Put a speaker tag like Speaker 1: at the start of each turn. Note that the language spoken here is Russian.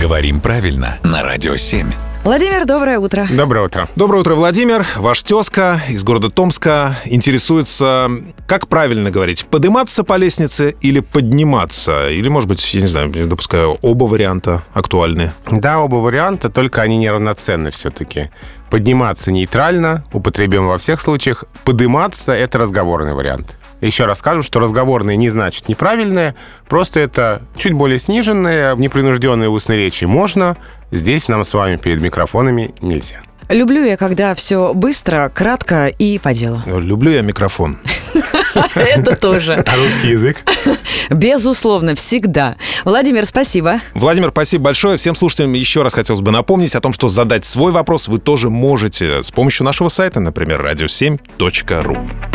Speaker 1: Говорим правильно на Радио 7.
Speaker 2: Владимир, доброе утро.
Speaker 3: Доброе утро.
Speaker 4: Доброе утро, Владимир. Ваш тезка из города Томска интересуется, как правильно говорить, подниматься по лестнице или подниматься? Или, может быть, я не знаю, я допускаю, оба варианта актуальны.
Speaker 3: Да, оба варианта, только они неравноценны все-таки. Подниматься нейтрально, употребим во всех случаях. Подниматься — это разговорный вариант. Еще раз скажем, что разговорные не значит неправильные, просто это чуть более сниженные, непринужденные устные речи можно, здесь нам с вами перед микрофонами нельзя.
Speaker 2: Люблю я, когда все быстро, кратко и по делу.
Speaker 4: Люблю я микрофон.
Speaker 2: Это тоже.
Speaker 3: А русский язык?
Speaker 2: Безусловно, всегда. Владимир, спасибо.
Speaker 4: Владимир, спасибо большое. Всем слушателям еще раз хотелось бы напомнить о том, что задать свой вопрос вы тоже можете с помощью нашего сайта, например, radio7.ru.